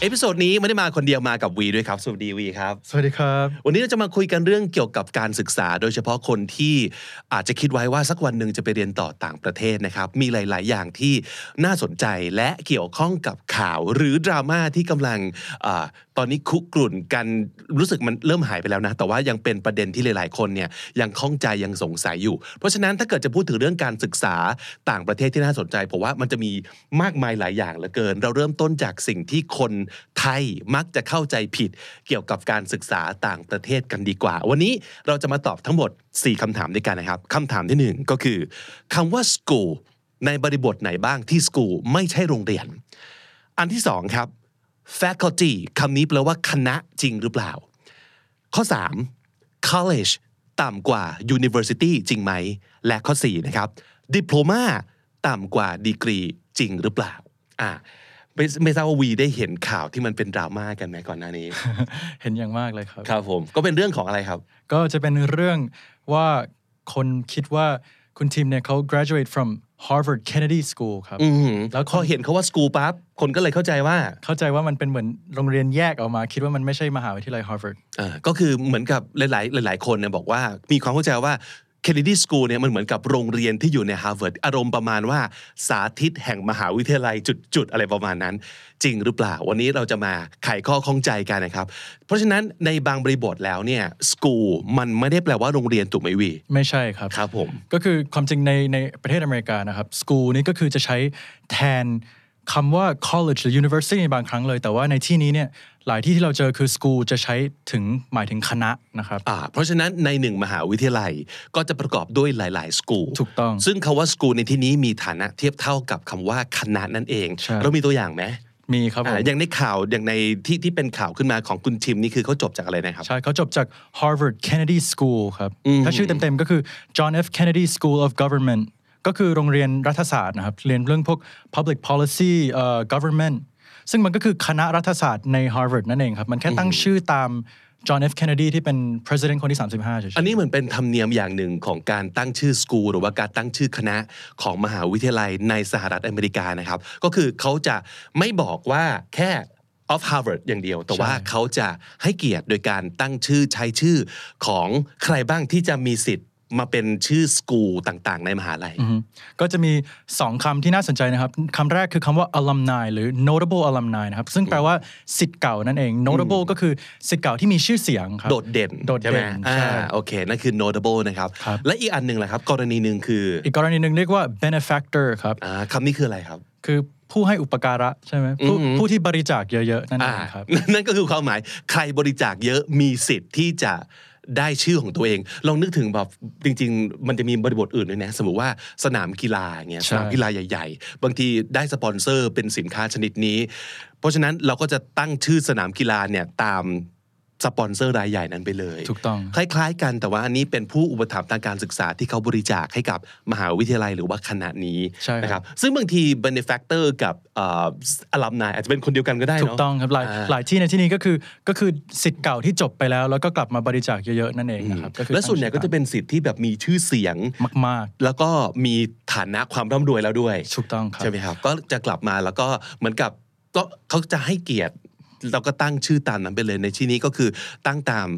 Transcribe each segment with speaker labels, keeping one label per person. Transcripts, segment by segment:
Speaker 1: เอพิโซดนี้ไม่ได้มาคนเดียวมากับวีด้วยครับ สวัสดีวีครับ
Speaker 2: สวัสดีครับ
Speaker 1: วันนี้เราจะมาคุยกันเรื่องเกี่ยวกับการศึกษา โดยเฉพาะคนที่อาจจะคิดไว้ว่าสักวันหนึ่งจะไปเรียนต่อต่างประเทศนะครับ มีหลาย ๆ อย่างที่น่าสนใจและเกี่ยวข้องกับข่าวหรือดราม่าที่กำลังอาตอนนี้คุกรุ่นกันรู้สึกมันเริ่มหายไปแล้วนะ แต่ว่ายังเป็นประเด็นที่หลาย ๆ คนเนี่ยยังข้องใจยังสงสัยอยู่ เพราะฉะนั้นถ้าเกิดจะพูดถึงเรื่องการศึกษาต่างประเทศที่น่าสนใจผมว่ามันจะมีมากมายหลายอย่างเหลือเกิน เราเริ่มต้นจากสิ่งที่คนไทยมักจะเข้าใจผิด เกี่ยวกับการศึกษาต่างประเทศกันดีกว่า วันนี้เราจะมาตอบทั้งหมด 4คำถามด้วยกันนะครับคำถามที่ 1 ก็คือคำว่า school ในบริบทไหนบ้างที่ school ไม่ใช่โรงเรียน อันที่ 2 ครับ faculty คำนี้แปลว่าคณะจริงหรือเปล่า ข้อ 3 college ต่ำกว่า university จริงไหม และข้อ 4 นะครับ diploma ต่ำกว่าดีกรีจริงหรือเปล่าอ่าไม่ไม่ทราบว่าวีได้เห็นข่าวที่มันเป็นดราม่ากันไหมก่อนหน้านี้
Speaker 2: เห็นอย่างมากเลยครับ
Speaker 1: ครับผมก็เป็นเรื่องของอะไรครับ
Speaker 2: ก็จะเป็นเรื่องว่าคนคิดว่าคุณทีมเนี่ยเขา graduate from Harvard Kennedy School ครับ
Speaker 1: อืม
Speaker 2: แล้
Speaker 1: แล้ว ว
Speaker 2: คน
Speaker 1: พอเห็นเขาว่าสกูปั๊บคนก็เลยเข้าใจว่า
Speaker 2: เข้าใจว่ามันเป็นเหมือนโรงเรียนแยกออกมา คิดว่ามันไม่ใช่มหาวิทยาลัย Harvard
Speaker 1: เอ่อก็คือเหมือนกับหลายๆ หลาย ๆ คนเนี่ยบอกว่ามีความเข้าใจว่า Kennedy School เนี่ยมันเหมือนกับโรงเรียนที่อยู่ใน Harvard อารมณ์ประมาณว่าสาธิตแห่งมหาวิทยาลัยจุด ๆ อะไรประมาณนั้น จริงหรือเปล่า วันนี้เราจะมาไขข้อข้องใจกันนะครับ เพราะฉะนั้นในบางบริบทแล้วเนี่ย school มันไม่ได้แปลว่าโรงเรียนถูกไหมวี
Speaker 2: ไม่ใช่ครับ
Speaker 1: ครับผม
Speaker 2: ก็คือความจริงในในประเทศอเมริกานะครับ school นี่ก็คือจะใช้แทนคำว่า college หรือ university ในบางครั้งเลย แต่ว่าในที่นี้เนี่ยหลายที่ที่เราเจอคือ school จะใช้ถึงหมายถึงคณะนะครับ
Speaker 1: อ่าเพราะฉะนั้นในหนึ่งมหาวิทยาลัยก็จะประกอบด้วยหลาย ๆ สกูล
Speaker 2: ถูกต้อง
Speaker 1: ซึ่งคำว่าสกูลในที่นี้มีฐานะเทียบเท่ากับคำว่าคณะนั่นเอง
Speaker 2: ใช่
Speaker 1: เรามีตัวอย่างไหม
Speaker 2: มีครับผม
Speaker 1: อ่าอย่างในข่าวอย่างในที่ที่เป็นข่าวขึ้นมาของคุณทิมนี่คือเขาจบจากอะไรนะครับ
Speaker 2: ใช่เขาจบจาก Harvard Kennedy School ครับ ถ้าชื่อเต็มๆก็คือ John F Kennedy School of Government ก็คือโรงเรียนรัฐศาสตร์นะครับ เรียนเรื่องพวก public policy เอ่อ government ซึ่งมันก็คือคณะรัฐศาสตร์ใน Harvard นั่นเองครับ มันแค่ตั้งชื่อตาม John F Kennedy ที่เป็น president คนที่ 35เฉยๆ
Speaker 1: อันนี้เหมือนเป็นธรรมเนียมอย่างหนึ่งของการตั้งชื่อสกูลหรือว่าการตั้งชื่อคณะของมหาวิทยาลัยในสหรัฐอเมริกานะครับ ก็คือเขาจะไม่บอกว่าแค่ of Harvard อย่างเดียว แต่ว่าเขาจะให้เกียรติโดยการตั้งชื่อใช้ชื่อของใครบ้างที่จะมีสิทธิ์มาเป็นชื่อสกูลต่างๆ ในมหาลัย
Speaker 2: ก็จะมี 2คำที่น่าสนใจนะครับคำแรกคือคำว่า alumni หรือ notable alumni นะครับ ซึ่งแปลว่าสิทธิ์เก่านั่นเอง notable ก็คือสิทธิ์เก่าที่มีชื่อเสียงครับ
Speaker 1: โดดเด่น
Speaker 2: โดด
Speaker 1: ใช่ไหม
Speaker 2: เด่น
Speaker 1: อ่า
Speaker 2: ใช่
Speaker 1: โอเค นั่นคือ notable นะครับ
Speaker 2: ครับ
Speaker 1: และอีกอันหนึ่งแหละครับ กรณีหนึ่งคือ
Speaker 2: อีกกรณีหนึ่งเรียกว่า benefactor ครับ
Speaker 1: อ่าคำนี้คืออะไรครับ
Speaker 2: คือผู้ให้อุปการะใช่ไหมผู้ผู้ที่บริจาคเยอะ ๆ นั่นเอ
Speaker 1: อ่าง
Speaker 2: ครับ
Speaker 1: นั่นก็คือความหมายใครบริจาคเยอะมีสิทธิ์ที่จะได้ชื่อของตัวเอง ลองนึกถึงแบบจริง ๆ มันจะมีบริบทอื่นด้วยนะ สมมติว่าสนามกีฬาเงี้ย
Speaker 2: ใช่
Speaker 1: สนามกีฬาใหญ่ ๆ บางทีได้สปอนเซอร์เป็นสินค้าชนิดนี้ เพราะฉะนั้นเราก็จะตั้งชื่อสนามกีฬาเนี่ยตามสปอนเซอร์รายใหญ่นั้นไปเลย
Speaker 2: ถูกต้อง
Speaker 1: คล้าย ๆ กันแต่ว่าอันนี้เป็นผู้อุปถัมภ์ทางการศึกษาที่เขาบริจาคให้กับมหาวิทยาลัยหรือว่าคณะนี้
Speaker 2: ใช่ครับ
Speaker 1: นะครับซึ่งบางที benefactor กับเอัลัมนายอาจจะเป็นคนเดียวกันก็ได้เน
Speaker 2: ถู
Speaker 1: อะ
Speaker 2: กต้องครับหลายหลายที่ในที่นี้ก็คือก็คือสิทธิ์เก่าที่จบไปแล้ว แล้วก็กลับมาบริจาคเยอะ ๆ นั่นเองนะครับก็คือ
Speaker 1: และส่วนใหญ่ก็จะเป็นสิทธิ์ที่แบบมีชื่อเสียง
Speaker 2: มาก
Speaker 1: แล้วก็มีฐานะความร่ำรวยแล้วด้วย
Speaker 2: ๆ ถูกต้องครับ
Speaker 1: ใช่ไหมครับก็จะกลับมาแล้วก็เหมือนกับก็เขาจะให้เกียรติเราก็ตั้งชื่อตามนั้นไปเลยในที่นี้ก็คือตั้งตาม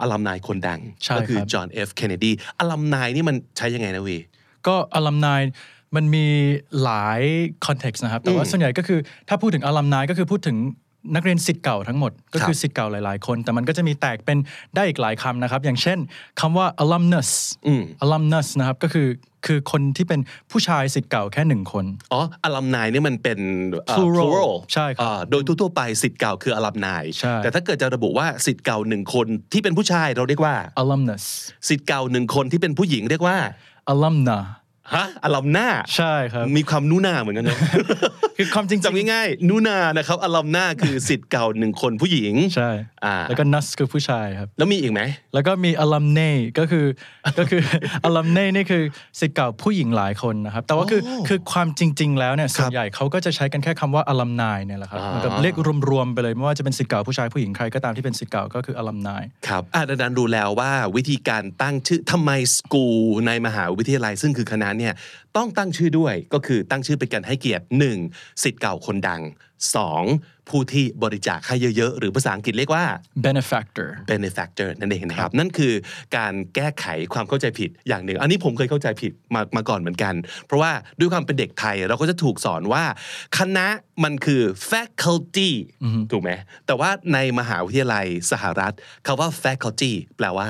Speaker 1: อัลัมนายคนดัง
Speaker 2: ใช่
Speaker 1: ก็คือ
Speaker 2: ครับ
Speaker 1: จอห์นเอฟเคนเนดีอัลัมนายนี่มันใช้ยังไงนะเวี
Speaker 2: ก็อลัมไนมันมีหลายคอนเท็กซ์นะครับ แต่ว่า
Speaker 1: อืม
Speaker 2: ส่วนใหญ่ก็คือถ้าพูดถึงอลัมไนก็คือพูดถึงนักเรียนสิทธิ์เก่าทั้งหมด ก็
Speaker 1: ครับ
Speaker 2: คือสิทธิ์เก่าหลาย ๆ คน แต่มันก็จะมีแตกเป็นได้อีกหลายคำนะครับ อย่างเช่นคำว่า alumnus
Speaker 1: อืม
Speaker 2: alumnus นะครับ ก็คือคือคนที่เป็นผู้ชายสิทธิ์เก่าแค่หนึ่งคน
Speaker 1: อ๋ออัลัมนายนี่ยมันเป็นเอ่อ
Speaker 2: Plural ใช่ครับ
Speaker 1: อ่าโดยทั่วๆไปสิทธิ์เก่าคืออัลัมนาย
Speaker 2: ใช่
Speaker 1: แต่ถ้าเกิดจะระบุว่าสิทธิ์เก่าหนึ่งคนที่เป็นผู้ชายเราเรียกว่า
Speaker 2: alumnus
Speaker 1: สิทธิ์เก่าหนึ่งคนที่เป็นผู้หญิงเรียกว่า
Speaker 2: alumna
Speaker 1: ฮะอัลลัมน่า
Speaker 2: ใช่ครับ
Speaker 1: มีความนูนาเหมือนกันเนอะ
Speaker 2: คือความจริงๆ
Speaker 1: จำง่ายๆนูนานะครับอัลลัมน่าคือสิทธิ์เก่าหนึ่งคนผู้หญิง
Speaker 2: ใช่
Speaker 1: อ่า
Speaker 2: แล้วก็นัสคือผู้ชายครับ
Speaker 1: แล้วมีอีกไหม
Speaker 2: แล้วก็มีอลัมเน่ก็คือก็คือ อลัมเน่นี่คือสิทธิ์เก่าผู้หญิงหลายคนนะครับ แต่ว่าคือคือความจริง ๆ แล้วเนี่ยส่วนใหญ่เขาก็จะใช้กันแค่คำว่าอลัมนายเนี่ยแหละครับ
Speaker 1: อ่ามั
Speaker 2: มันก็เรียกรวมๆไปเลยไม่ว่าจะเป็นสิทธิ์เก่าผู้ชายผู้หญิงใครก็ตามที่เป็นสิทธิ์เก่าก็คืออลัมนาย
Speaker 1: ครับอ่าดังนั้นดูแล้วว่าวิธีการตั้งชื่อทำไมสกูลในมหาวิทยาลัยซึ่งคือคณะเนี่ยต้องตั้งชื่อด้วยก็คือตั้งชื่อเป็นการให้เกียรติ 1. สิทธิ์เก่าคนดัง 2. ผู้ที่บริจาคให้เยอะๆ หรือภาษาอังกฤษเรียกว่า
Speaker 2: benefactor
Speaker 1: benefactor นั่นเองนะครับ นั่นคือการแก้ไขความเข้าใจผิดอย่างหนึ่ง อันนี้ผมเคยเข้าใจผิดมามาก่อนเหมือนกัน เพราะว่าด้วยความเป็นเด็กไทยเราก็จะถูกสอนว่า คณะมันคือ faculty ถูกไหมแต่ว่าในมหาวิทยาลัยสหรัฐคาว่า faculty แปลว่า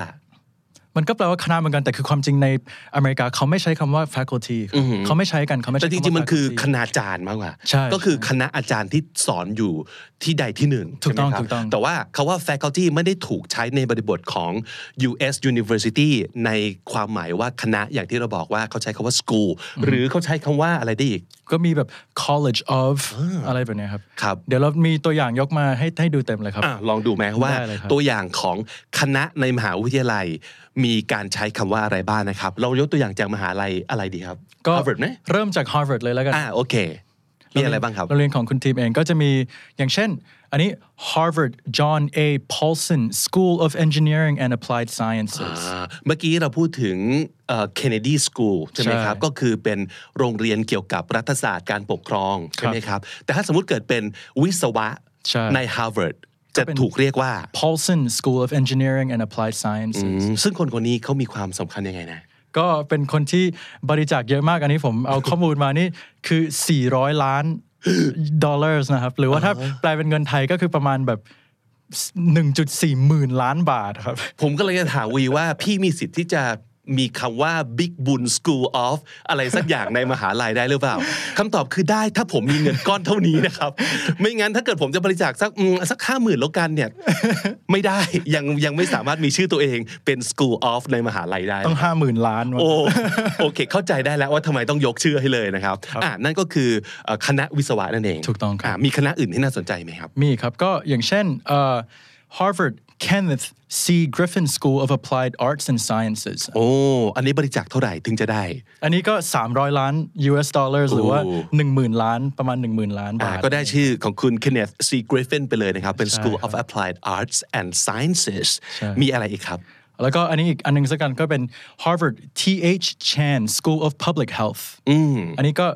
Speaker 2: มันก็แปลว่าคณะเหมือนกันแต่คือความจริงในอเมริกาเขาไม่ใช้คำว่า faculty ครับเขาไม่ใช้กันเขาไม่ใช้
Speaker 1: แต่จริงๆ มันคือ
Speaker 2: ำว่า faculty
Speaker 1: คณาจารย์มากกว่า
Speaker 2: ใช่
Speaker 1: ก็คือคณะอาจารย์ที่สอนอยู่ที่ใดที่หนึ่ง
Speaker 2: ถูกต้อง
Speaker 1: ใช่ไหมครับ
Speaker 2: ถูกต้อง
Speaker 1: แต่ว่าคาว่า faculty ไม่ได้ถูกใช้ในบริบทของ U.S. University ในความหมายว่าคณะอย่างที่เราบอกว่าเขาใช้คาว่า school หรือเขาใช้คำว่าอะไรได้อีก
Speaker 2: ก็มีแบบ college of อะไรแบบเนี้ยครับ
Speaker 1: ครับ
Speaker 2: เดี๋ยวเรามีตัวอย่างยกมาให้ให้ดูเต็มเลยครับ
Speaker 1: อ่ะลองดูไหมว่า
Speaker 2: ได้เลยครับ
Speaker 1: ตัวอย่างของคณะในมหาวิทยาลัย มีการใช้คำว่าอะไรบ้างนะครับ เรายกตัวอย่างจากมหาลัยอะไรดีครับ
Speaker 2: ก็
Speaker 1: Harvard ไหม
Speaker 2: เริ่มจาก Harvard เลยแล้วกัน
Speaker 1: อ่าโอเค มีอะไรบ้างครับ
Speaker 2: โรงเรียนของคุณทีมเองก็จะมีอย่างเช่น อันนี้ Harvard John A. Paulson School of Engineering and Applied Sciences
Speaker 1: อ่าเมื่อกี้เราพูดถึงเอ่อ Kennedy School ใช่ไหม
Speaker 2: ใช่
Speaker 1: ครับ ก็คือเป็นโรงเรียนเกี่ยวกับรัฐศาสตร์การปกครองใช่ไหมครับ แต่ถ้าสมมติเกิดเป็นวิศวะ
Speaker 2: ใช่
Speaker 1: ใน Harvard จะถูกเรียกว่า
Speaker 2: Paulson School of Engineering and Applied Sciences
Speaker 1: ซึ่งคนคนนี้เขามีความสำคัญยังไงนะ
Speaker 2: ก็เป็นคนที่บริจาคเยอะมากอันนี้ผมเอาข้อมูลมานี่ คือ 400 ล้าน ดอลลาร์นะครับ หรือว่าถ้าแปลเป็นเงินไทยก็คือประมาณแบบ 1.4 หมื่นล้านบาทครับ
Speaker 1: ผมก็เลยจะถามวีว่าพี่มีสิทธิ์ที่จะมีคำว่า Big b u n School of อะไรสักอย่างในมหาลัยได้หรือเปล่าคำตอบคือได้ถ้าผมมีเงินก้อนเท่านี้นะครับ ไม่งั้นถ้าเกิดผมจะบริจาคสักอืมสักห้าหมื่นแล้วกันเนี่ย ไม่ได้ยังยังไม่สามารถมีชื่อตัวเองเป็น School of ในมหาลัยได้
Speaker 2: ต้อง 50,000 ล้านวะ
Speaker 1: โอ้โอเค เข้าใจได้แล้วว่าทำไมต้องยกชื่อให้เลยนะครับอ่ะนั่นก็คือเอ่อคณะวิศวะนั่นเอง
Speaker 2: ถูกต้องครับ
Speaker 1: ะมีคณะอื่นที่น่าสนใจไหมครับ
Speaker 2: มีครับ ก็อย่างเช่นเอ่อ Harvard Kenneth C. Griffin School of Applied Arts and Sciences
Speaker 1: โอ้อันนี้บริจาคเท่าไหร่ถึงจะได้
Speaker 2: อันนี้ก็ 300 ล้าน US dollars หรือว่า
Speaker 1: โอ้
Speaker 2: 10,000 ล้านประมาณ 10,000 ล้าน
Speaker 1: อ่า
Speaker 2: บาท
Speaker 1: ก็ได้ชื่อของคุณ Kenneth C. Griffin ไปเลยนะครับ เป็น
Speaker 2: ใช่
Speaker 1: School of Applied Arts and Sciences
Speaker 2: ใช่
Speaker 1: มีอะไรอีกครับ
Speaker 2: แล้วก็อันนี้อีกอันหนึงสักกันก็เป็น Harvard T.H. Chan School of Public Health อันนี้ก็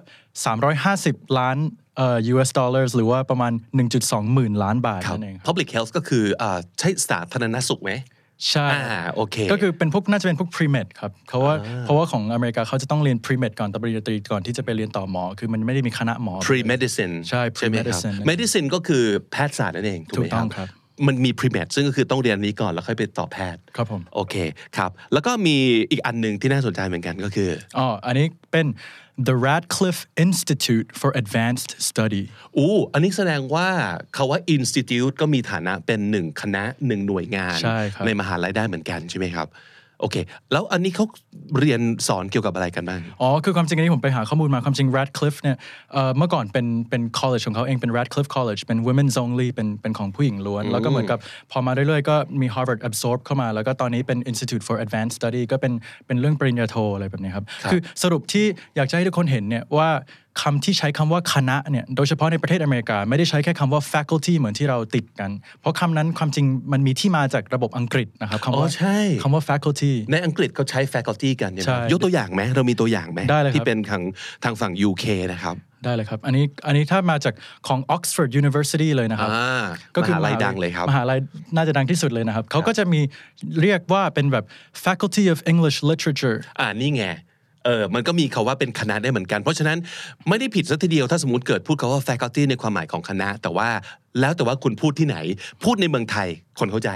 Speaker 2: 350 ล้านเอ่อ US dollars หรือว่าประมาณ 1.2 หมื่นล้านบาทนั่นเองครับ
Speaker 1: Public Health ก็คืออ่าใช่สาธารณสุขไหม
Speaker 2: ใช่
Speaker 1: อ่าโอเค
Speaker 2: ก็คือเป็นพวกน่าจะเป็นพวก pre-med ครับเขาว่าเพราะว่าของอเมริกาเขาจะต้องเรียน pre-med ก่อนตปริญญาตรีก่อนที่จะไปเรียนต่อหมอ คือมันไม่ได้มีคณะหมอ
Speaker 1: Pre Medicine
Speaker 2: ใช่ Pre
Speaker 1: ไหมครับ
Speaker 2: Medicine นะครับ
Speaker 1: Medicine ก็คือแพทยศาสตร์นั่นเองถูกไหม
Speaker 2: ถูกต้องครับ
Speaker 1: มันมี Pre Med ซึ่งก็คือต้องเรียนอันนี้ก่อนแล้วค่อยไปต่อแพทย์
Speaker 2: ครับผม
Speaker 1: โอเคครับ แล้วก็มีอีกอันหนึ่งที่น่าสนใจเหมือนกันก็คือ
Speaker 2: อ๋ออันนี้เป็น the Radcliffe Institute for Advanced Study
Speaker 1: อู้อันนี้แสดงว่าคาว่า Institute ก็มีฐานะเป็นหนึ่งคณะหนึ่งหน่วยงาน
Speaker 2: ใช่ครับ
Speaker 1: มหาลัยได้เหมือนกันใช่ไหมครับ โอเค แล้วอันนี้เขาเรียนสอนเกี่ยวกับอะไรกันบ้าง
Speaker 2: อ๋อ คือความจริงอันนี้ผมไปหาข้อมูลมา ความจริง Radcliffe เนี่ยเอ่อเมื่อก่อนเป็นเป็น college ของเขาเองเป็น Radcliffe College เป็น women's only เป็นเป็นของผู้หญิงล้วน แล้วก็เหมือนกับพอมาเรื่อยๆ ก็มี Harvard absorb เข้ามา แล้วก็ตอนนี้เป็น Institute for Advanced Study ก็เป็นเป็นเรื่องปริญญาโทอะไรแบบนี้ครับ คือสรุปที่อยากจะให้ทุกคนเห็นเนี่ยว่าคำที่ใช้คำว่าคณะเนี่ย โดยเฉพาะในประเทศอเมริกา ไม่ได้ใช้แค่คำว่า faculty เหมือนที่เราติดกัน เพราะคำนั้นความจริงมันมีที่มาจากระบบอังกฤษนะครับคำ
Speaker 1: อ๋
Speaker 2: ว่า
Speaker 1: อใช่
Speaker 2: คำว่า faculty
Speaker 1: ในอังกฤษเขาใช้ faculty กันใช่ไหม
Speaker 2: ใช่
Speaker 1: ครับยกตัวอย่างไหมเรามีตัวอย่างไหม
Speaker 2: ได้เลยครับ
Speaker 1: ที่เป็นทางทางฝั่ง UK นะครับ
Speaker 2: ได้เลยครับ อันนี้ อันนี้ถ้ามาจากของ Oxford University เลยนะครับ
Speaker 1: อ่า
Speaker 2: ก็
Speaker 1: มหาลัยดังเลยครับ
Speaker 2: มหาลัยน่าจะดังที่สุดเลยนะครับ เขาก็จะมีเรียกว่าเป็นแบบ Faculty of English Literature
Speaker 1: อ่านี่ไง เออ มันก็มีคาว่าเป็นคณะได้เหมือนกัน เพราะฉะนั้นไม่ได้ผิดซะทีเดียวถ้าสมมติเกิดพูดคาว่า faculty ในความหมายของคณะ แต่ว่าแล้วแต่ว่าคุณพูดที่ไหน พูดในเมืองไทยคนเข้าใจ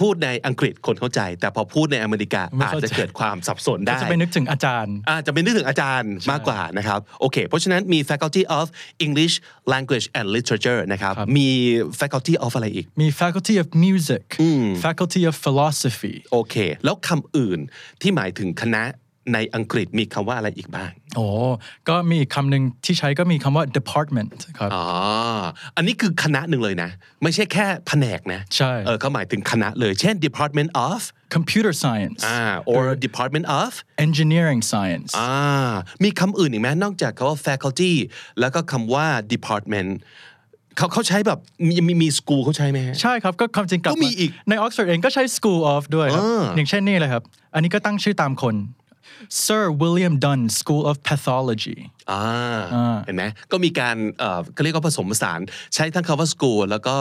Speaker 1: พูดในอังกฤษคนเข้าใจ แต่พอพูดในอเมริกา
Speaker 2: ไม่
Speaker 1: อาจ
Speaker 2: เข้าใจ
Speaker 1: จะเกิดความสับสนได้
Speaker 2: จะไปนึกถึงอาจารย์
Speaker 1: อาจจะเป็นนึกถึงอาจารย์มากกว่านะครับ โอเค เพราะฉะนั้นมี faculty of English language and literature นะครับมี faculty of อะไรอีก
Speaker 2: มี Faculty of Music Faculty of Philosophy
Speaker 1: โอเค แล้วคำอื่นที่หมายถึงคณะ ในอังกฤษมีคำว่าอะไรอีกบ้าง
Speaker 2: โอ้ก็มีอีกคำหนึ่งที่ใช้ก็มีคำว่า department ครับ
Speaker 1: อ๋อ อันนี้คือคณะหนึ่งเลยนะ ไม่ใช่แค่แผนกนะ
Speaker 2: ใช่
Speaker 1: เออเขาหมายถึงคณะเลย เช่น department of
Speaker 2: computer science
Speaker 1: อ่า or department of
Speaker 2: engineering science
Speaker 1: อ่า มีคำอื่นอีกไหมนอกจากคำว่า faculty แล้วก็คำว่า department เขาเขาใช้แบบมีมีมี school เขาใช้ไหมฮะ
Speaker 2: ใช่ครับก็ความจริงกลับ
Speaker 1: ก็มีอีก
Speaker 2: ในออกซฟอร์ดเองก็ใช้ School of ด้วยครับ
Speaker 1: อ่า
Speaker 2: อย่างเช่นนี่เลยครับ อันนี้ก็ตั้งชื่อตามคน Sir William Dunn School of Pathology
Speaker 1: อ่าเห็นไหมก็มีการเอ่อก็เรียกว่าผสมผสาน ใช้ทั้งคำว่า school แล้วก็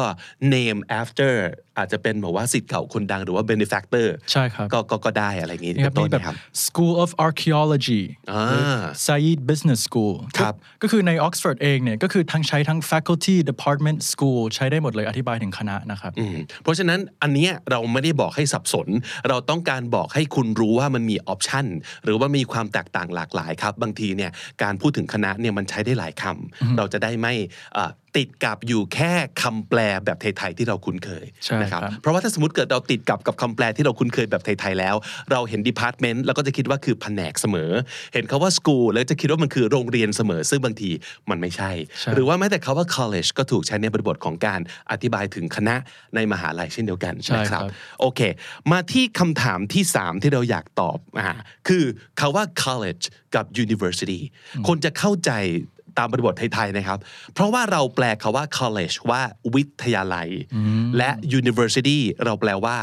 Speaker 1: name after อาจจะเป็นแบบว่าสิทธิ์เก่าคนดังหรือว่า benefactor
Speaker 2: ใช่ครับ
Speaker 1: ก็ก็ก็ได้อะไรอย่างงี้
Speaker 2: นี่ค
Speaker 1: เป็
Speaker 2: รับ
Speaker 1: นต้น
Speaker 2: นี่แบบ
Speaker 1: นะครับ
Speaker 2: School of Archaeology
Speaker 1: อ่า
Speaker 2: Said Business School
Speaker 1: ครับ
Speaker 2: ก็ก็คือใน Oxford เองเนี่ยก็คือทั้งใช้ทั้ง faculty department school ใช้ได้หมดเลยอธิบายถึงคณะนะครับ
Speaker 1: อืมเพราะฉะนั้นอันเนี้ยเราไม่ได้บอกให้สับสน เราต้องการบอกให้คุณรู้ว่ามันมีออปชันหรือว่ามีความแตกต่างหลากหลายครับ บางทีเนี่ยการพูดถึงคณะเนี่ยมันใช้ได้หลายคำเราจะได้ไม่เอ่อติดกับอยู่แค่คำแปลแบบไทยๆที่เราคุ้นเคย
Speaker 2: ใช่
Speaker 1: นะครับ เพราะว่าถ้าสมมติเกิดเราติดกับกับคำแปลที่เราคุ้นเคยแบบไทยๆแล้ว เราเห็นดีพาร์ตเมนต์เราก็จะคิดว่าคือแผนกเสมอ เห็นคาว่า school แล้วจะคิดว่ามันคือโรงเรียนเสมอ ซึ่งบางทีมันไม่ใช่
Speaker 2: ใช่
Speaker 1: หรือว่าแม้แต่คาว่า college ก็ถูกใช้ในบริบทของการอธิบายถึงคณะในมหาลัยเช่นเดียวกัน
Speaker 2: ใช่
Speaker 1: นะครับ
Speaker 2: ครับ
Speaker 1: โอเค มาที่คำถามที่ 3 ที่เราอยากตอบอ่าคือคาว่า college กับ university คนจะเข้าใจตามบริบทไทยๆนะครับ เพราะว่าเราแปลคาว่า college ว่าวิทยาลัย และ university เราแปลว่า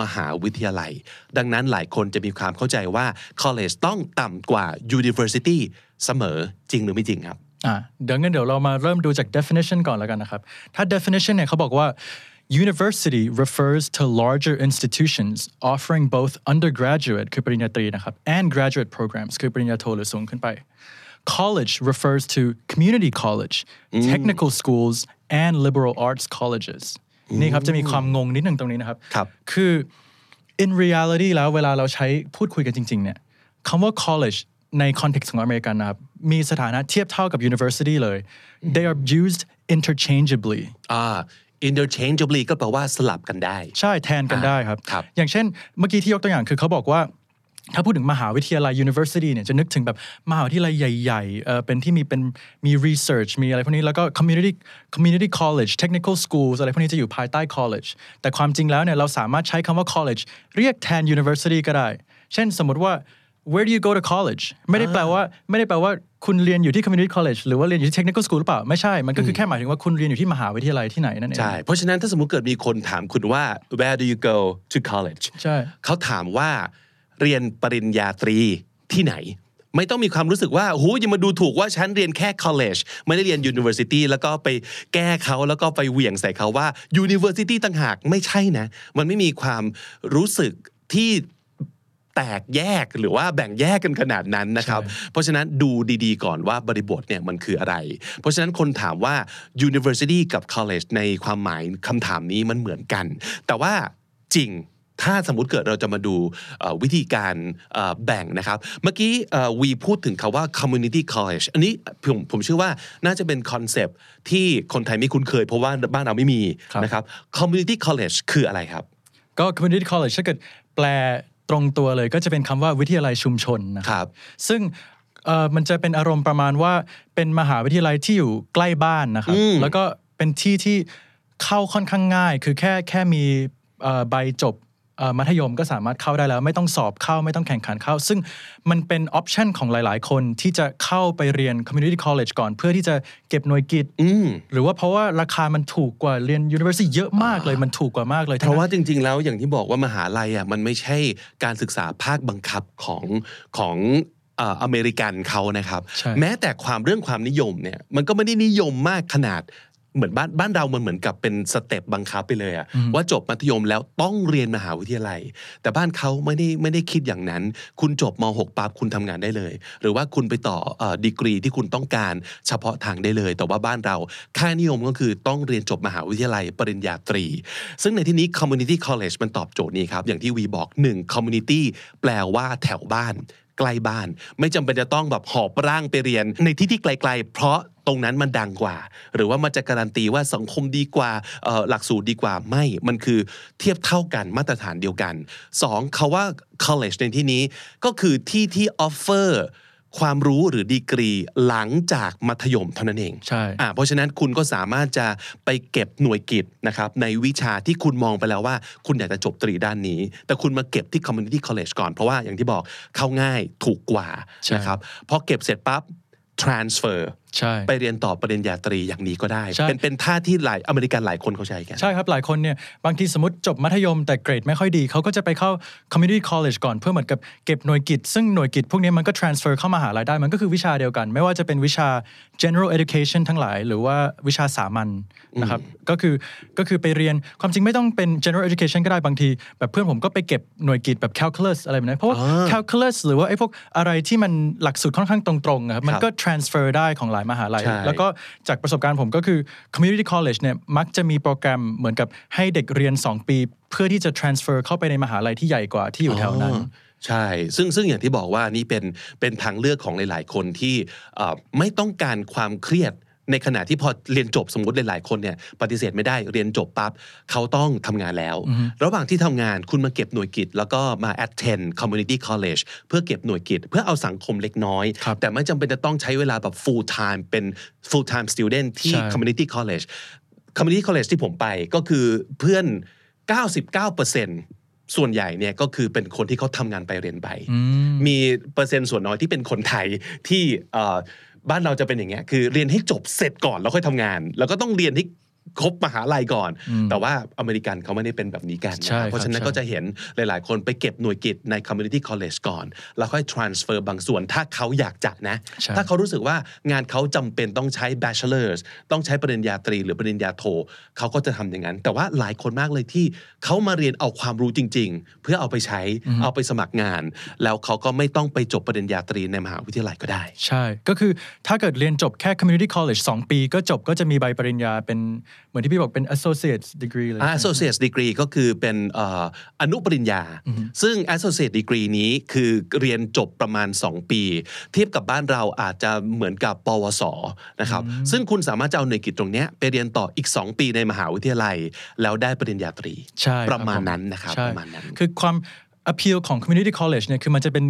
Speaker 1: มหาวิทยาลัย ดังนั้นหลายคนจะมีความเข้าใจว่า college ต้องต่ำกว่า university เสมอจริงหรือไม่จริงครับ
Speaker 2: อ่ะเดี๋ยวงั้นเดี๋ยวเรามาเริ่มดูจาก definition ก่อนแล้วกันนะครับ ถ้า definition เนี่ยเขาบอกว่า university refers to larger institutions offering both undergraduate คือปริญญาตรีนะครับ and graduate programs คือปริญญาโทหรือสูงขึ้นไป college refers to community college technical schools and liberal arts colleges นี่ครับจะมีความงงนิดหนึ่งตรงนี้นะครับ
Speaker 1: ครับ
Speaker 2: คือ in reality แล้วเวลาเราใช้พูดคุยกันจริง ๆ เนี่ยคำว่า college ใน context ของอเมริกันนะครับ มีสถานะเทียบเท่ากับ university เลย they are used interchangeably
Speaker 1: อ่า interchangeably ก็แปลว่าสลับกันได้
Speaker 2: ใช่แทนกันได้ครับ
Speaker 1: ครับ
Speaker 2: อย่างเช่น เมื่อกี้ที่ยกตัวอย่างคือเขาบอกว่า ถ้าพูดถึงมหาวิทยาลัย university เนี่ยจะนึกถึงแบบมหาวิทยาลัยใหญ่ๆเอ่อเป็นที่มีเป็นมี research มีอะไรพวกนี้ แล้วก็ community community college technical schools อะไรพวกนี้จะอยู่ภายใต้ college แต่ความจริงแล้วเนี่ยเราสามารถใช้คำว่า college เรียกแทน university ก็ได้ เช่นสมมติว่า where do you go to college ไม่ได้แปลว่าไม่ได้แปลว่าคุณเรียนอยู่ที่ community college หรือว่าเรียนอยู่ที่ technical school หรือเปล่าไม่ใช่มันก็คือแค่หมายถึงว่าคุณเรียนอยู่ที่มหาวิทยาลัยที่ไหนนั่นเอง
Speaker 1: ใช่ เพราะฉะนั้นถ้าสมมติเกิดมีคนถามคุณว่า where do you go to college
Speaker 2: ใช่
Speaker 1: เขาถามว่าเรียนปริญญาตรีที่ไหน ไม่ต้องมีความรู้สึกว่าหูยอย่ามาดูถูกว่าฉันเรียนแค่ college ไม่ได้เรียน university แล้วก็ไปแก้เขาแล้วก็ไปเหวี่ยงใส่เขาว่า university ต่างหากไม่ใช่นะ มันไม่มีความรู้สึกที่ แตกแยกหรือว่าแบ่งแยกกันขนาดนั้นนะครับ เพราะฉะนั้นดูดีๆ ก่อนว่าบริบทเนี่ยมันคืออะไร เพราะฉะนั้นคนถามว่า university กับ college ในความหมายคำถามนี้มันเหมือนกัน แต่ว่าจริงถ้าสมมติเกิดเราจะมาดูเอ่อวิธีการเอ่อแบ่งนะครับ เมื่อกี้เอ่อวีพูดถึงคาว่า community college อันนี้ผมผมเชื่อว่าน่าจะเป็นคอนเซปต์ที่คนไทยไม่คุ้นเคย เพราะว่าบ้านเราไม่มี
Speaker 2: ครับ
Speaker 1: นะครับ community college คืออะไรครับ
Speaker 2: ก็ community college ถ้าเกิดแปลตรงตัวเลยก็จะเป็นคำว่าวิทยาลัยชุมชนนะ
Speaker 1: ค
Speaker 2: ครับ
Speaker 1: รับ
Speaker 2: ซึ่งเอ่อมันจะเป็นอารมณ์ประมาณว่าเป็นมหาวิทยาลัยที่อยู่ใกล้บ้านนะครับ แล้วก็เป็นที่ที่เข้าค่อนข้างง่าย คือแค่แค่มีเอ่อใบจบเอ่อมัธยมก็สามารถเข้าได้แล้ว ไม่ต้องสอบเข้าไม่ต้องแข่งขันเข้า ซึ่งมันเป็นออปชันของหลาย ๆ คนที่จะเข้าไปเรียน community college ก่อน เพื่อที่จะเก็บหน่วยกิต
Speaker 1: อืม
Speaker 2: หรือว่าเพราะว่าราคามันถูกกว่าเรียน university เยอะมากเลยมันถูกกว่ามากเลย
Speaker 1: เพราะ
Speaker 2: ทั้งนั้น
Speaker 1: ว่าจริงๆ แล้วอย่างที่บอกว่ามหาลัยอ่ะมันไม่ใช่การศึกษาภาคบังคับของของเอ่ออเมริกันเขานะครับ
Speaker 2: ใช่
Speaker 1: แม้แต่ความเรื่องความนิยมเนี่ยมันก็ไม่ได้นิยมมากขนาดเหมือนบ้านบ้านเรามันเหมือนกับเป็นสเต็ปบังคับไปเลยอะว่าจบมัธยมแล้วต้องเรียนมหาวิทยาลัย แต่บ้านเขาไม่ได้ไม่ได้คิดอย่างนั้น คุณจบม .6 ปั๊บคุณทำงานได้เลย หรือว่าคุณไปต่อเอ่อดีกรีที่คุณต้องการเฉพาะทางได้เลย แต่ว่าบ้านเราค่านิยมก็คือต้องเรียนจบมหาวิทยาลัยปริญญาตรี ซึ่งในที่นี้ community college มันตอบโจทย์นี้ครับ อย่างที่วีบอก 1. community แปลว่าแถวบ้าน ใก กล้บ้าน ไม่จำเป็นจะต้องแบบหอบร่างไปเรียน ในที่ที่ไกล ๆ เพราะตรงนั้นมันดังกว่า หรือว่ามันจะการันตีว่าสังคมดีกว่าเอ่อหลักสูตรดีกว่าไม่มันคือเทียบเท่ากันมาตรฐานเดียวกันสองคาว่า college ในที่นี้ก็คือที่ที่ offer ความรู้หรือดีกรีหลังจากมัธยมเท่านั้นเอง
Speaker 2: ใช่
Speaker 1: อ่าเพราะฉะนั้นคุณก็สามารถจะไปเก็บหน่วยกิจนะครับในวิชาที่คุณมองไปแล้วว่า คุณอยากจะจบตรีด้านนี้ แต่คุณมาเก็บที่ community college ก่อน เพราะว่าอย่างที่บอกเข้าง่ายถูกกว่า
Speaker 2: ใช่
Speaker 1: นะครับพอเก็บเสร็จปั๊บ transfer
Speaker 2: ใช่
Speaker 1: ไปเรียนต่อปริญญาตรีอย่างนี้ก็ได้
Speaker 2: ใช่
Speaker 1: เป็นเป็นท่าที่หลายอเมริกันหลายคนเขาใช้กัน
Speaker 2: ใช่ครับ หลายคนเนี่ยบางทีสมมติจบมัธยมแต่เกรดไม่ค่อยดี เขาก็จะไปเข้า community college ก่อนเพื่อเหมือนกับเก็บหน่วยกิจ ซึ่งหน่วยกิจพวกนี้มันก็ transfer เข้ามหาลัยได้ มันก็คือวิชาเดียวกัน ไม่ว่าจะเป็นวิชา general education ทั้งหลาย หรือว่าวิชาสามัญนะครับก็คือก็คือไปเรียนความจริงไม่ต้องเป็น general education ก็ได้บางที แบบเพื่อนผมก็ไปเก็บหน่วยกิจแบบ calculus อะไรแบบนี้เพราะว่า calculus หรือว่าไอ้พวกอะไรที่มันหลักสูตรค่อนข้างตรงๆอะครับมันก็ transfer ได้ของหลายมหาลัย
Speaker 1: ใช่
Speaker 2: แล้วก็ ก็จากประสบการณ์ผมก็คือ community college เนี่ยมักจะมีโปรแกรมเหมือนกับให้เด็กเรียน 2 ปี เพื่อที่จะ transfer เข้าไปในมหาลัยที่ใหญ่กว่าที่อยู่แถวนั้น
Speaker 1: อ๋อใช่ ซึ่งซึ่งอย่างที่บอกว่านี่เป็นเป็นทางเลือกของหลาย ๆ คนที่เอ่อไม่ต้องการความเครียดในขณะที่พอเรียนจบสมมติหลาย ๆ คนเนี่ยปฏิเสธไม่ได้เรียนจบปั๊บเขาต้องทำงานแล้ว ระหว่างที่ทำงานคุณมาเก็บหน่วยกิจ แล้วก็มา attend community college เพื่อเก็บหน่วยกิจ เพื่อเอาสังคมเล็กน้อย
Speaker 2: ครับ
Speaker 1: แต่ไม่จำเป็นจะต้องใช้เวลาแบบ full time เป็น full time student ที่
Speaker 2: ใช่
Speaker 1: community college community college ที่ผมไปก็คือเพื่อน 99%ส่วนใหญ่เนี่ยก็คือเป็นคนที่เขาทำงานไปเรียนไป มีเปอร์เซ็นต์ส่วนน้อยที่เป็นคนไทยที่เอ่อบ้านเราจะเป็นอย่างเงี้ยคือเรียนให้จบเสร็จก่อนแล้วค่อยทำงาน แล้วก็ต้องเรียนให้ครบมหาลัยก่อน แต่ว่าอเมริกันเขาไม่ได้เป็นแบบนี้กันนะ
Speaker 2: ใช่
Speaker 1: ค
Speaker 2: ค
Speaker 1: รับ
Speaker 2: รั
Speaker 1: บ เพราะฉะนั้น
Speaker 2: ใช่
Speaker 1: ก็จะเห็นหลาย ๆ คนไปเก็บหน่วยกิจใน community college ก่อน แล้วค่อย transfer บางส่วนถ้าเขาอยากจะนะ
Speaker 2: ใช่
Speaker 1: ถ้าเขารู้สึกว่างานเขาจำเป็นต้องใช้ bachelor's ต้องใช้ปริญญาตรีหรือปริญญาโท เขาก็จะทำอย่างนั้น แต่ว่าหลายคนมากเลยที่เขามาเรียนเอาความรู้จริง ๆ เพื่อเอาไปใช้เอาไปสมัครงาน แล้วเขาก็ไม่ต้องไปจบปริญญาตรีในมหาวิทยาลัยก็ได้
Speaker 2: ใช่ ก็คือถ้าเกิดเรียนจบแค่ community college 2 ปี ก็จบก็จะมีใบปริญญาเป็นเหมือนที่พี่บอกเป็น associate degree เลย
Speaker 1: อ่า associate degree ก็คือเป็นเอ่ออนุปริญญา ซึ่ง associate degree นี้คือเรียนจบประมาณ 2 ปี เทียบกับบ้านเราอาจจะเหมือนกับปวสนะครับ ซึ่งคุณสามารถจะเอาหน่วยกิจตรงเนี้ยไปเรียนต่ออีก 2 ปีในมหาวิทยาลัย แล้วได้ปริญญาตรี
Speaker 2: ใช่ค
Speaker 1: ป
Speaker 2: บ
Speaker 1: ระมาณ
Speaker 2: ผ
Speaker 1: นั้นนะครับ
Speaker 2: ใช่
Speaker 1: ประมาณนั้น
Speaker 2: คือความ appeal ของ community college เนี่ยคือมันจะเป็น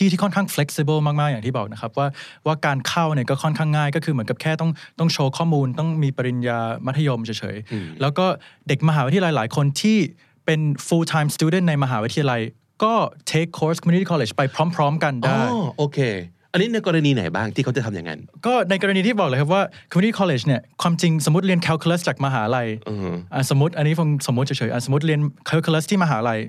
Speaker 2: ที่ที่ค่อนข้าง flexible มาก ๆ อย่างที่บอกนะครับ ว่าว่าการเข้าเนี่ยก็ค่อนข้างง่าย ก็คือเหมือนกับแค่ต้องต้องโชว์ข้อมูล ต้องมีปริญญามัธยมเฉย ๆ แล้วก็เด็กมหาวิทยาลัยหลายคนที่เป็น full time student ในมหาวิทยาลัย ก็ take course community college ไปพร้อม ๆ กัน
Speaker 1: อ๋อ
Speaker 2: ได้
Speaker 1: โอเค อันนี้ในกรณีไหนบ้างที่เขาจะทำอย่างนั้น
Speaker 2: ก็ในกรณีที่บอกเลยครับว่า community college เนี่ยความจริงสมมติเรียน calculus จากมหาลัยอ่ะสมมติอันนี้ผมสมมติเฉยๆอ่ะสมมติเรียน calculus ที่มหาลัย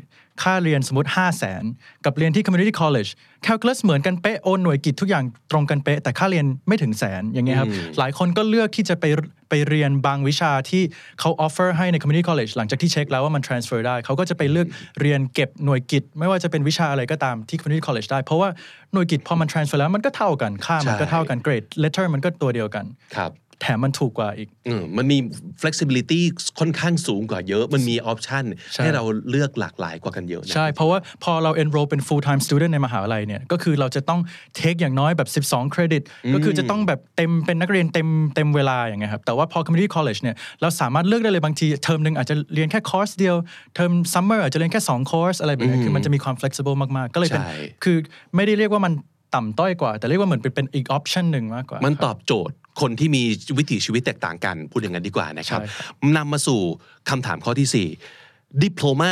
Speaker 2: ค่าเรียนสมมติ 5 0 0 0 0นกับเรียนที่ community college calculus เหมือนกันเป๊ะโอนหน่วยกิจทุกอย่างตรงกันเป๊ะ แต่ค่าเรียนไม่ถึงแสนอย่างเงี้ยครับหลายคนก็เลือกที่จะไปไปเรียนบางวิชาที่เขา offer ให้ใน community college หลังจากที่เช็คแล้วว่ามัน transfer ได้เขาก็จะไปเลือกเรียนเก็บหน่วยกิจ ไม่ว่าจะเป็นวิชาอะไรก็ตามที่ community college ได้เพราะว่าหน่วยกิจพอมัน transfer แล้วมันก็เท่ากันค่ามันก็เท่ากัน เกรด letter มันก็ตัวเดียวกัน
Speaker 1: ครับ
Speaker 2: แถมมันถูกกว่าอีก
Speaker 1: อืมมันมี flexibility ค่อนข้างสูงกว่าเยอะ มันมี option
Speaker 2: ใช่
Speaker 1: ให้เราเลือกหลากหลายกว่ากันเยอะนะ
Speaker 2: ใช่ เพราะว่าพอเรา enroll เป็น full time student ในมหาลัยเนี่ย ก็คือเราจะต้อง take อย่างน้อยแบบ 12 เครดิต ก็คือจะต้องแบบเต็มเป็นนักเรียนเต็มเต็มเวลาอย่างเงี้ยครับ แต่ว่าพอ community college เนี่ย เราสามารถเลือกได้เลยบางที เทอมหนึ่งอาจจะเรียนแค่คอร์สเดียว เทอม summer อาจจะเรียนแค่ 2 คอร์สอะไรแบบเนี้ยคือมันจะมีความ flexible มาก ๆ ก็เลยเป็น
Speaker 1: ใช่
Speaker 2: คือไม่ได้เรียกว่ามันต่ำต้อยกว่า แต่เรียกว่าเหมือนเป็นเป็นอีก option หนึ่งมากกว่า
Speaker 1: มันตอบโจทย์คนที่มีวิถีชีวิตแตกต่างกัน พูดอย่างนั้นดีกว่านะครับ
Speaker 2: ใช่
Speaker 1: นำมาสู่คำถามข้อที่ 4 ดิปโลมา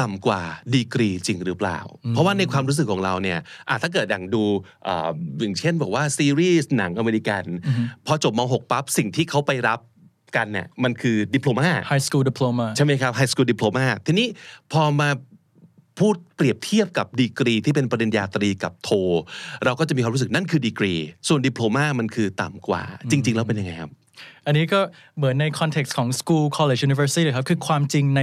Speaker 1: ต่ำกว่าดีกรีจริงหรือเปล่า เพราะว่าในความรู้สึกของเราเนี่ยอ่ะถ้าเกิดดังดูอ่าอย่างเช่นบอกว่าซีรีส์หนังอเมริกัน พอจบม .6 ปั๊บสิ่งที่เขาไปรับกันเนี่ยมันคือดิปโลมา
Speaker 2: high school diploma
Speaker 1: ใช่ไหมครับ High School Diploma ทีนี้พอมาพูดเปรียบเทียบกับดีกรีที่เป็นปริญญาตรีกับโท เราก็จะมีความรู้สึกนั่นคือดีกรี ส่วนดิโพลมามันคือต่ำกว่า จริง ๆ แล้วเป็นยังไงครับ
Speaker 2: อันนี้ก็เหมือนในคอนเท็กซ์ของ school college university เลยครับ คือความจริงใน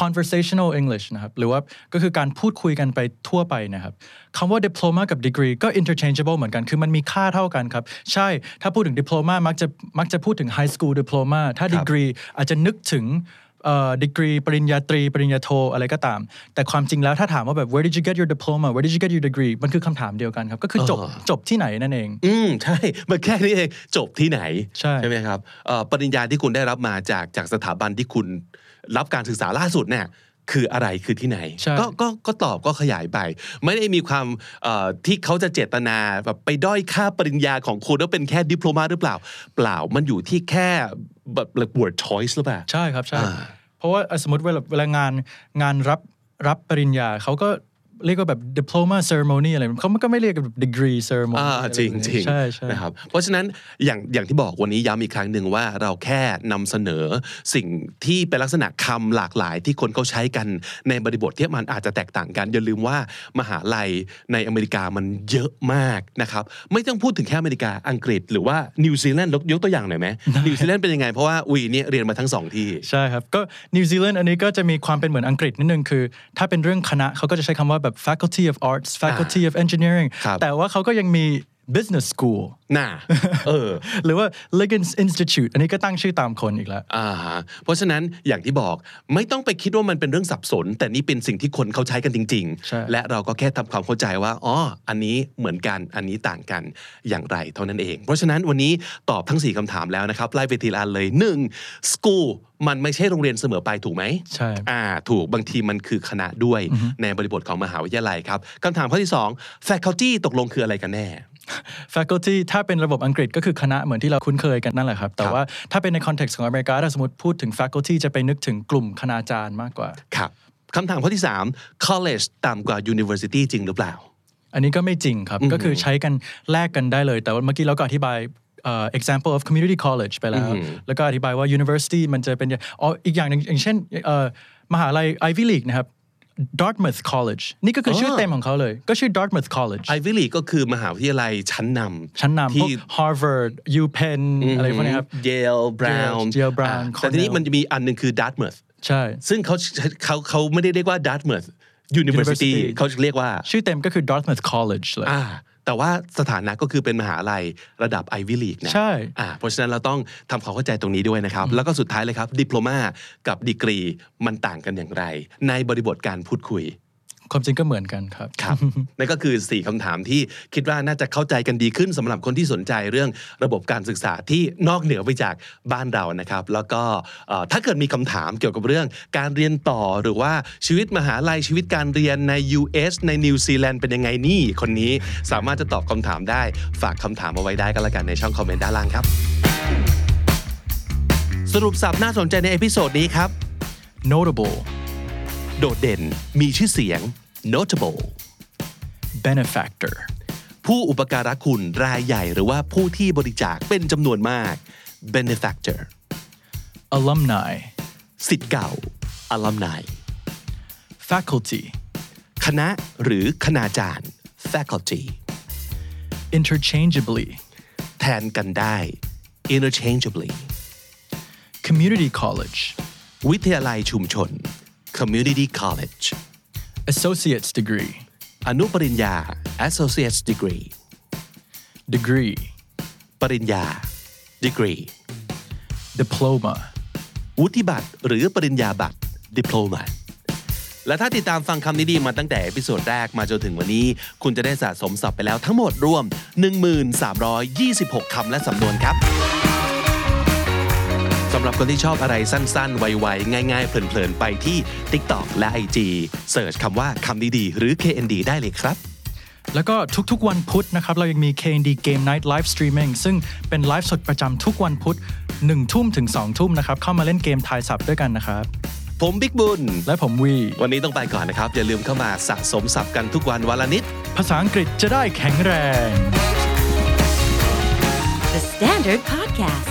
Speaker 2: conversational English นะครับ หรือว่าก็คือการพูดคุยกันไปทั่วไปนะครับคำว่า diploma กับ degree ก็ interchangeable เหมือนกัน คือมันมีค่าเท่ากันครับ ใช่ ถ้าพูดถึง diploma มักจะมักจะพูดถึง high school diploma ถ้า degree อาจจะนึกถึง ดีกรีปริญญาตรี ปริญญาโทอะไรก็ตาม แต่ความจริงแล้วถ้าถามว่าแบบ where did you get your diploma where did you get your degree มันคือคำถามเดียวกันครับ ก็คือจบ
Speaker 1: เออ
Speaker 2: จบที่ไหนนั่นเอง
Speaker 1: อืมใช่มันแค่นี้เองจบที่ไหน
Speaker 2: ใช่
Speaker 1: ไหมครับเอ่อปริญญาที่คุณได้รับมาจากจากสถาบันที่คุณรับการศึกษาล่าสุดเนี่ยคืออะไรคือที่ไหน
Speaker 2: ใช่
Speaker 1: ก็ก็ก็ตอบก็ขยายไป ไม่ได้มีความเอ่อที่เขาจะเจตนาแบบไปด้อยค่าปริญญาของคุณว่าเป็นแค่ดิปโลมาหรือเปล่า เปล่ามันอยู่ที่แค่แบบ like word choice หรือเปล่า
Speaker 2: ใช่ครับใช่
Speaker 1: อ่า
Speaker 2: เพราะว่าอ่ะสมมติเวลาเวลางานงานรับรับปริญญาเขาก็เรียกว่าแบบ diploma ceremony อะไรเขาก็ไม่เรียกแบบ degree ceremony
Speaker 1: อ่า
Speaker 2: อะ
Speaker 1: จริง
Speaker 2: ไแบบนี้
Speaker 1: จริง
Speaker 2: ใช่ใช่
Speaker 1: นะครับเพราะฉะนั้นอย่างอย่างที่บอกวันนี้ย้ำอีกครั้งหนึ่งว่าเราแค่นำเสนอสิ่งที่เป็นลักษณะคำหลากหลายที่คนเขาใช้กันในบริบทที่มันอาจจะแตกต่างกัน อย่าลืมว่ามหาลัยในอเมริกามันเยอะมากนะครับไม่ต้องพูดถึงแค่อเมริกาอังกฤษหรือว่านิวซีแลนด์ยกตัวอย่างหน่อยไหมนิวซีแลนด์เป็นยังไงเพราะว่าวีเนี่ยเรียนมาทั้งสองที่
Speaker 2: ใช่ครับ ก็นิวซีแลนด์อันนี้ก็จะมีความเป็นเหมือนอังกฤษนิดนึงคือ ถ้าเป็นเรื่องคณะเขาก็จะใช้คำว่าแบบ faculty of arts faculty of engineering
Speaker 1: ครับ
Speaker 2: แต่ว่าเขาก็ยังมี business school
Speaker 1: น่ะเออ
Speaker 2: หรือว่า Liggins Institute อันนี้ก็ตั้งชื่อตามคนอีกแล้ว
Speaker 1: อ่าฮะเพราะฉะนั้นอย่างที่บอกไม่ต้องไปคิดว่ามันเป็นเรื่องสับสน แต่นี่เป็นสิ่งที่คนเขาใช้กันจริง
Speaker 2: ใช่
Speaker 1: ๆ และเราก็แค่ทำความเข้าใจว่าอ๋ออันนี้เหมือนกันอันนี้ต่างกันอย่างไรเท่านั้นเอง เพราะฉะนั้นวันนี้ตอบทั้ง 4คำถามแล้วนะครับไล่ไปทีละอันเลย 1. school มันไม่ใช่โรงเรียนเสมอไปถูกไหม
Speaker 2: ใช่
Speaker 1: อ่าถูกบางทีมันคือคณะด้วยในบริบทของมหาวิทยาลัยครับคำถามข้อที่สอง faculty ตกลงคืออะไรกันแน่
Speaker 2: faculty ถ้าเป็นระบบอังกฤษก็คือคณะเหมือนที่เราคุ้นเคยกันนั่นแหละครับ แต่ว่าถ้าเป็นใน context ของอเมริกาถ้าสมมติพูดถึง faculty จะไปนึกถึงกลุ่มคณาจารย์มากกว่า
Speaker 1: ครับคำถามข้อที่สาม college ต่ำกว่า university จริงหรือเปล่า
Speaker 2: อันนี้ก็ไม่จริงครับ ก็คือใช้กันแลกกันได้เลย แต่ว่าเมื่อกี้เราก็อธิบายเอ่อ example of community college ไปแล้ว แล้วก็อธิบายว่า university มันจะเป็นยังอ๋ออีกอย่างหนึงอย่างเช่นเอ่อมหาลัย Ivy League นะครับ Dartmouth College นี่ก็คืออชื่อเต็มของเขาเลย ก็ชื่อ Dartmouth College
Speaker 1: ไอวิลีก็คือมหาวิทยาลัยชั้นนำ
Speaker 2: ชั้นนำพว
Speaker 1: ที่
Speaker 2: ก Harvard UPenn อะไรพวกนี้ครับ
Speaker 1: เยลบราวน์
Speaker 2: Yale Brown
Speaker 1: แต่ทีนี้
Speaker 2: Cornell
Speaker 1: มันจะมีอันหนึ่งคือดัตเมิร์ธ
Speaker 2: ใช่
Speaker 1: ซึ่งเขาเขาเขาไม่ได้เรียกว่าดัตเมิร์ธ University
Speaker 2: University
Speaker 1: เขาเรียกว่า
Speaker 2: ชื่อเต็มก็คือ Dartmouth College เลย
Speaker 1: อ่าแต่ว่าสถานะก็คือเป็นมหาลัยระดับไอวิลีกนะ
Speaker 2: ใช่
Speaker 1: อ่าเพราะฉะนั้นเราต้องทำความเข้าใจตรงนี้ด้วยนะครับ แล้วก็สุดท้ายเลยครับดิปโลมากับดีกรีมันต่างกันอย่างไร ในบริบทการพูดคุย
Speaker 2: ความจริงก็เหมือนกันครับ
Speaker 1: ครับ นั่นก็คือ 4คำถามที่คิดว่าน่าจะเข้าใจกันดีขึ้นสำหรับคนที่สนใจเรื่องระบบการศึกษาที่นอกเหนือไปจากบ้านเรานะครับ แล้วก็เอ่อถ้าเกิดมีคำถามเกี่ยวกับเรื่องการเรียนต่อหรือว่าชีวิตมหาลัยชีวิตการเรียนใน US ในนิวซีแลนด์เป็นยังไงนี่คนนี้สามารถจะตอบคำถามได้ ฝากคำถามเอาไว้ได้ก็แล้วกันในช่องคอมเมนต์ด้านล่างครับ สรุปสับน่าสนใจในเอพิโซดนี้ครับ
Speaker 2: notable
Speaker 1: โดดเด่นมีชื่อเสียง notable
Speaker 2: benefactor
Speaker 1: ผู้อุปการะคุณรายใหญ่หรือว่าผู้ที่บริจาคเป็นจำนวนมาก benefactor
Speaker 2: alumni
Speaker 1: สิทธิ์เก่า alumni
Speaker 2: faculty
Speaker 1: คณะหรือคณาจารย์ faculty
Speaker 2: interchangeably
Speaker 1: แทนกันได้ interchangeably
Speaker 2: community college
Speaker 1: วิทยาลัยชุมชน community college
Speaker 2: associate's degree
Speaker 1: อนุปริญญา associate degree
Speaker 2: degree
Speaker 1: ปริญญา degree
Speaker 2: diploma
Speaker 1: วุฒิบัตรหรือปริญญาบัตร diploma และถ้าติดตามฟังคำนี้ดีมาตั้งแต่เอพิโซดแรกมาจนถึงวันนี้ คุณจะได้สะสมศัพท์ไปแล้วทั้งหมดรวม 1326 คำและสำนวนครับ สำหรับคนที่ชอบอะไรสั้นๆ ไวๆ ง่ายๆ เพลินๆ ไปที่ TikTok และ IG เสิร์ชคำว่าคำนี้ดีหรือ KND ได้เลยครับ
Speaker 2: แล้วก็ทุกๆวันพุธนะครับ เรายังมี KND Game Night Live Streaming ซึ่งเป็นไลฟ์สดประจำทุกวันพุธ1ทุ่มถึง2ทุ่มนะครับ เข้ามาเล่นเกมทายศัพท์ด้วยกันนะครับ
Speaker 1: ผมบิ๊กบุญ
Speaker 2: และผมวี
Speaker 1: วันนี้ต้องไปก่อนนะครับ อย่าลืมเข้ามาสะสมศัพท์กันทุกวันวันละนิด
Speaker 2: ภาษาอังกฤษจะได้แข็งแรง
Speaker 3: The Standard Podcast,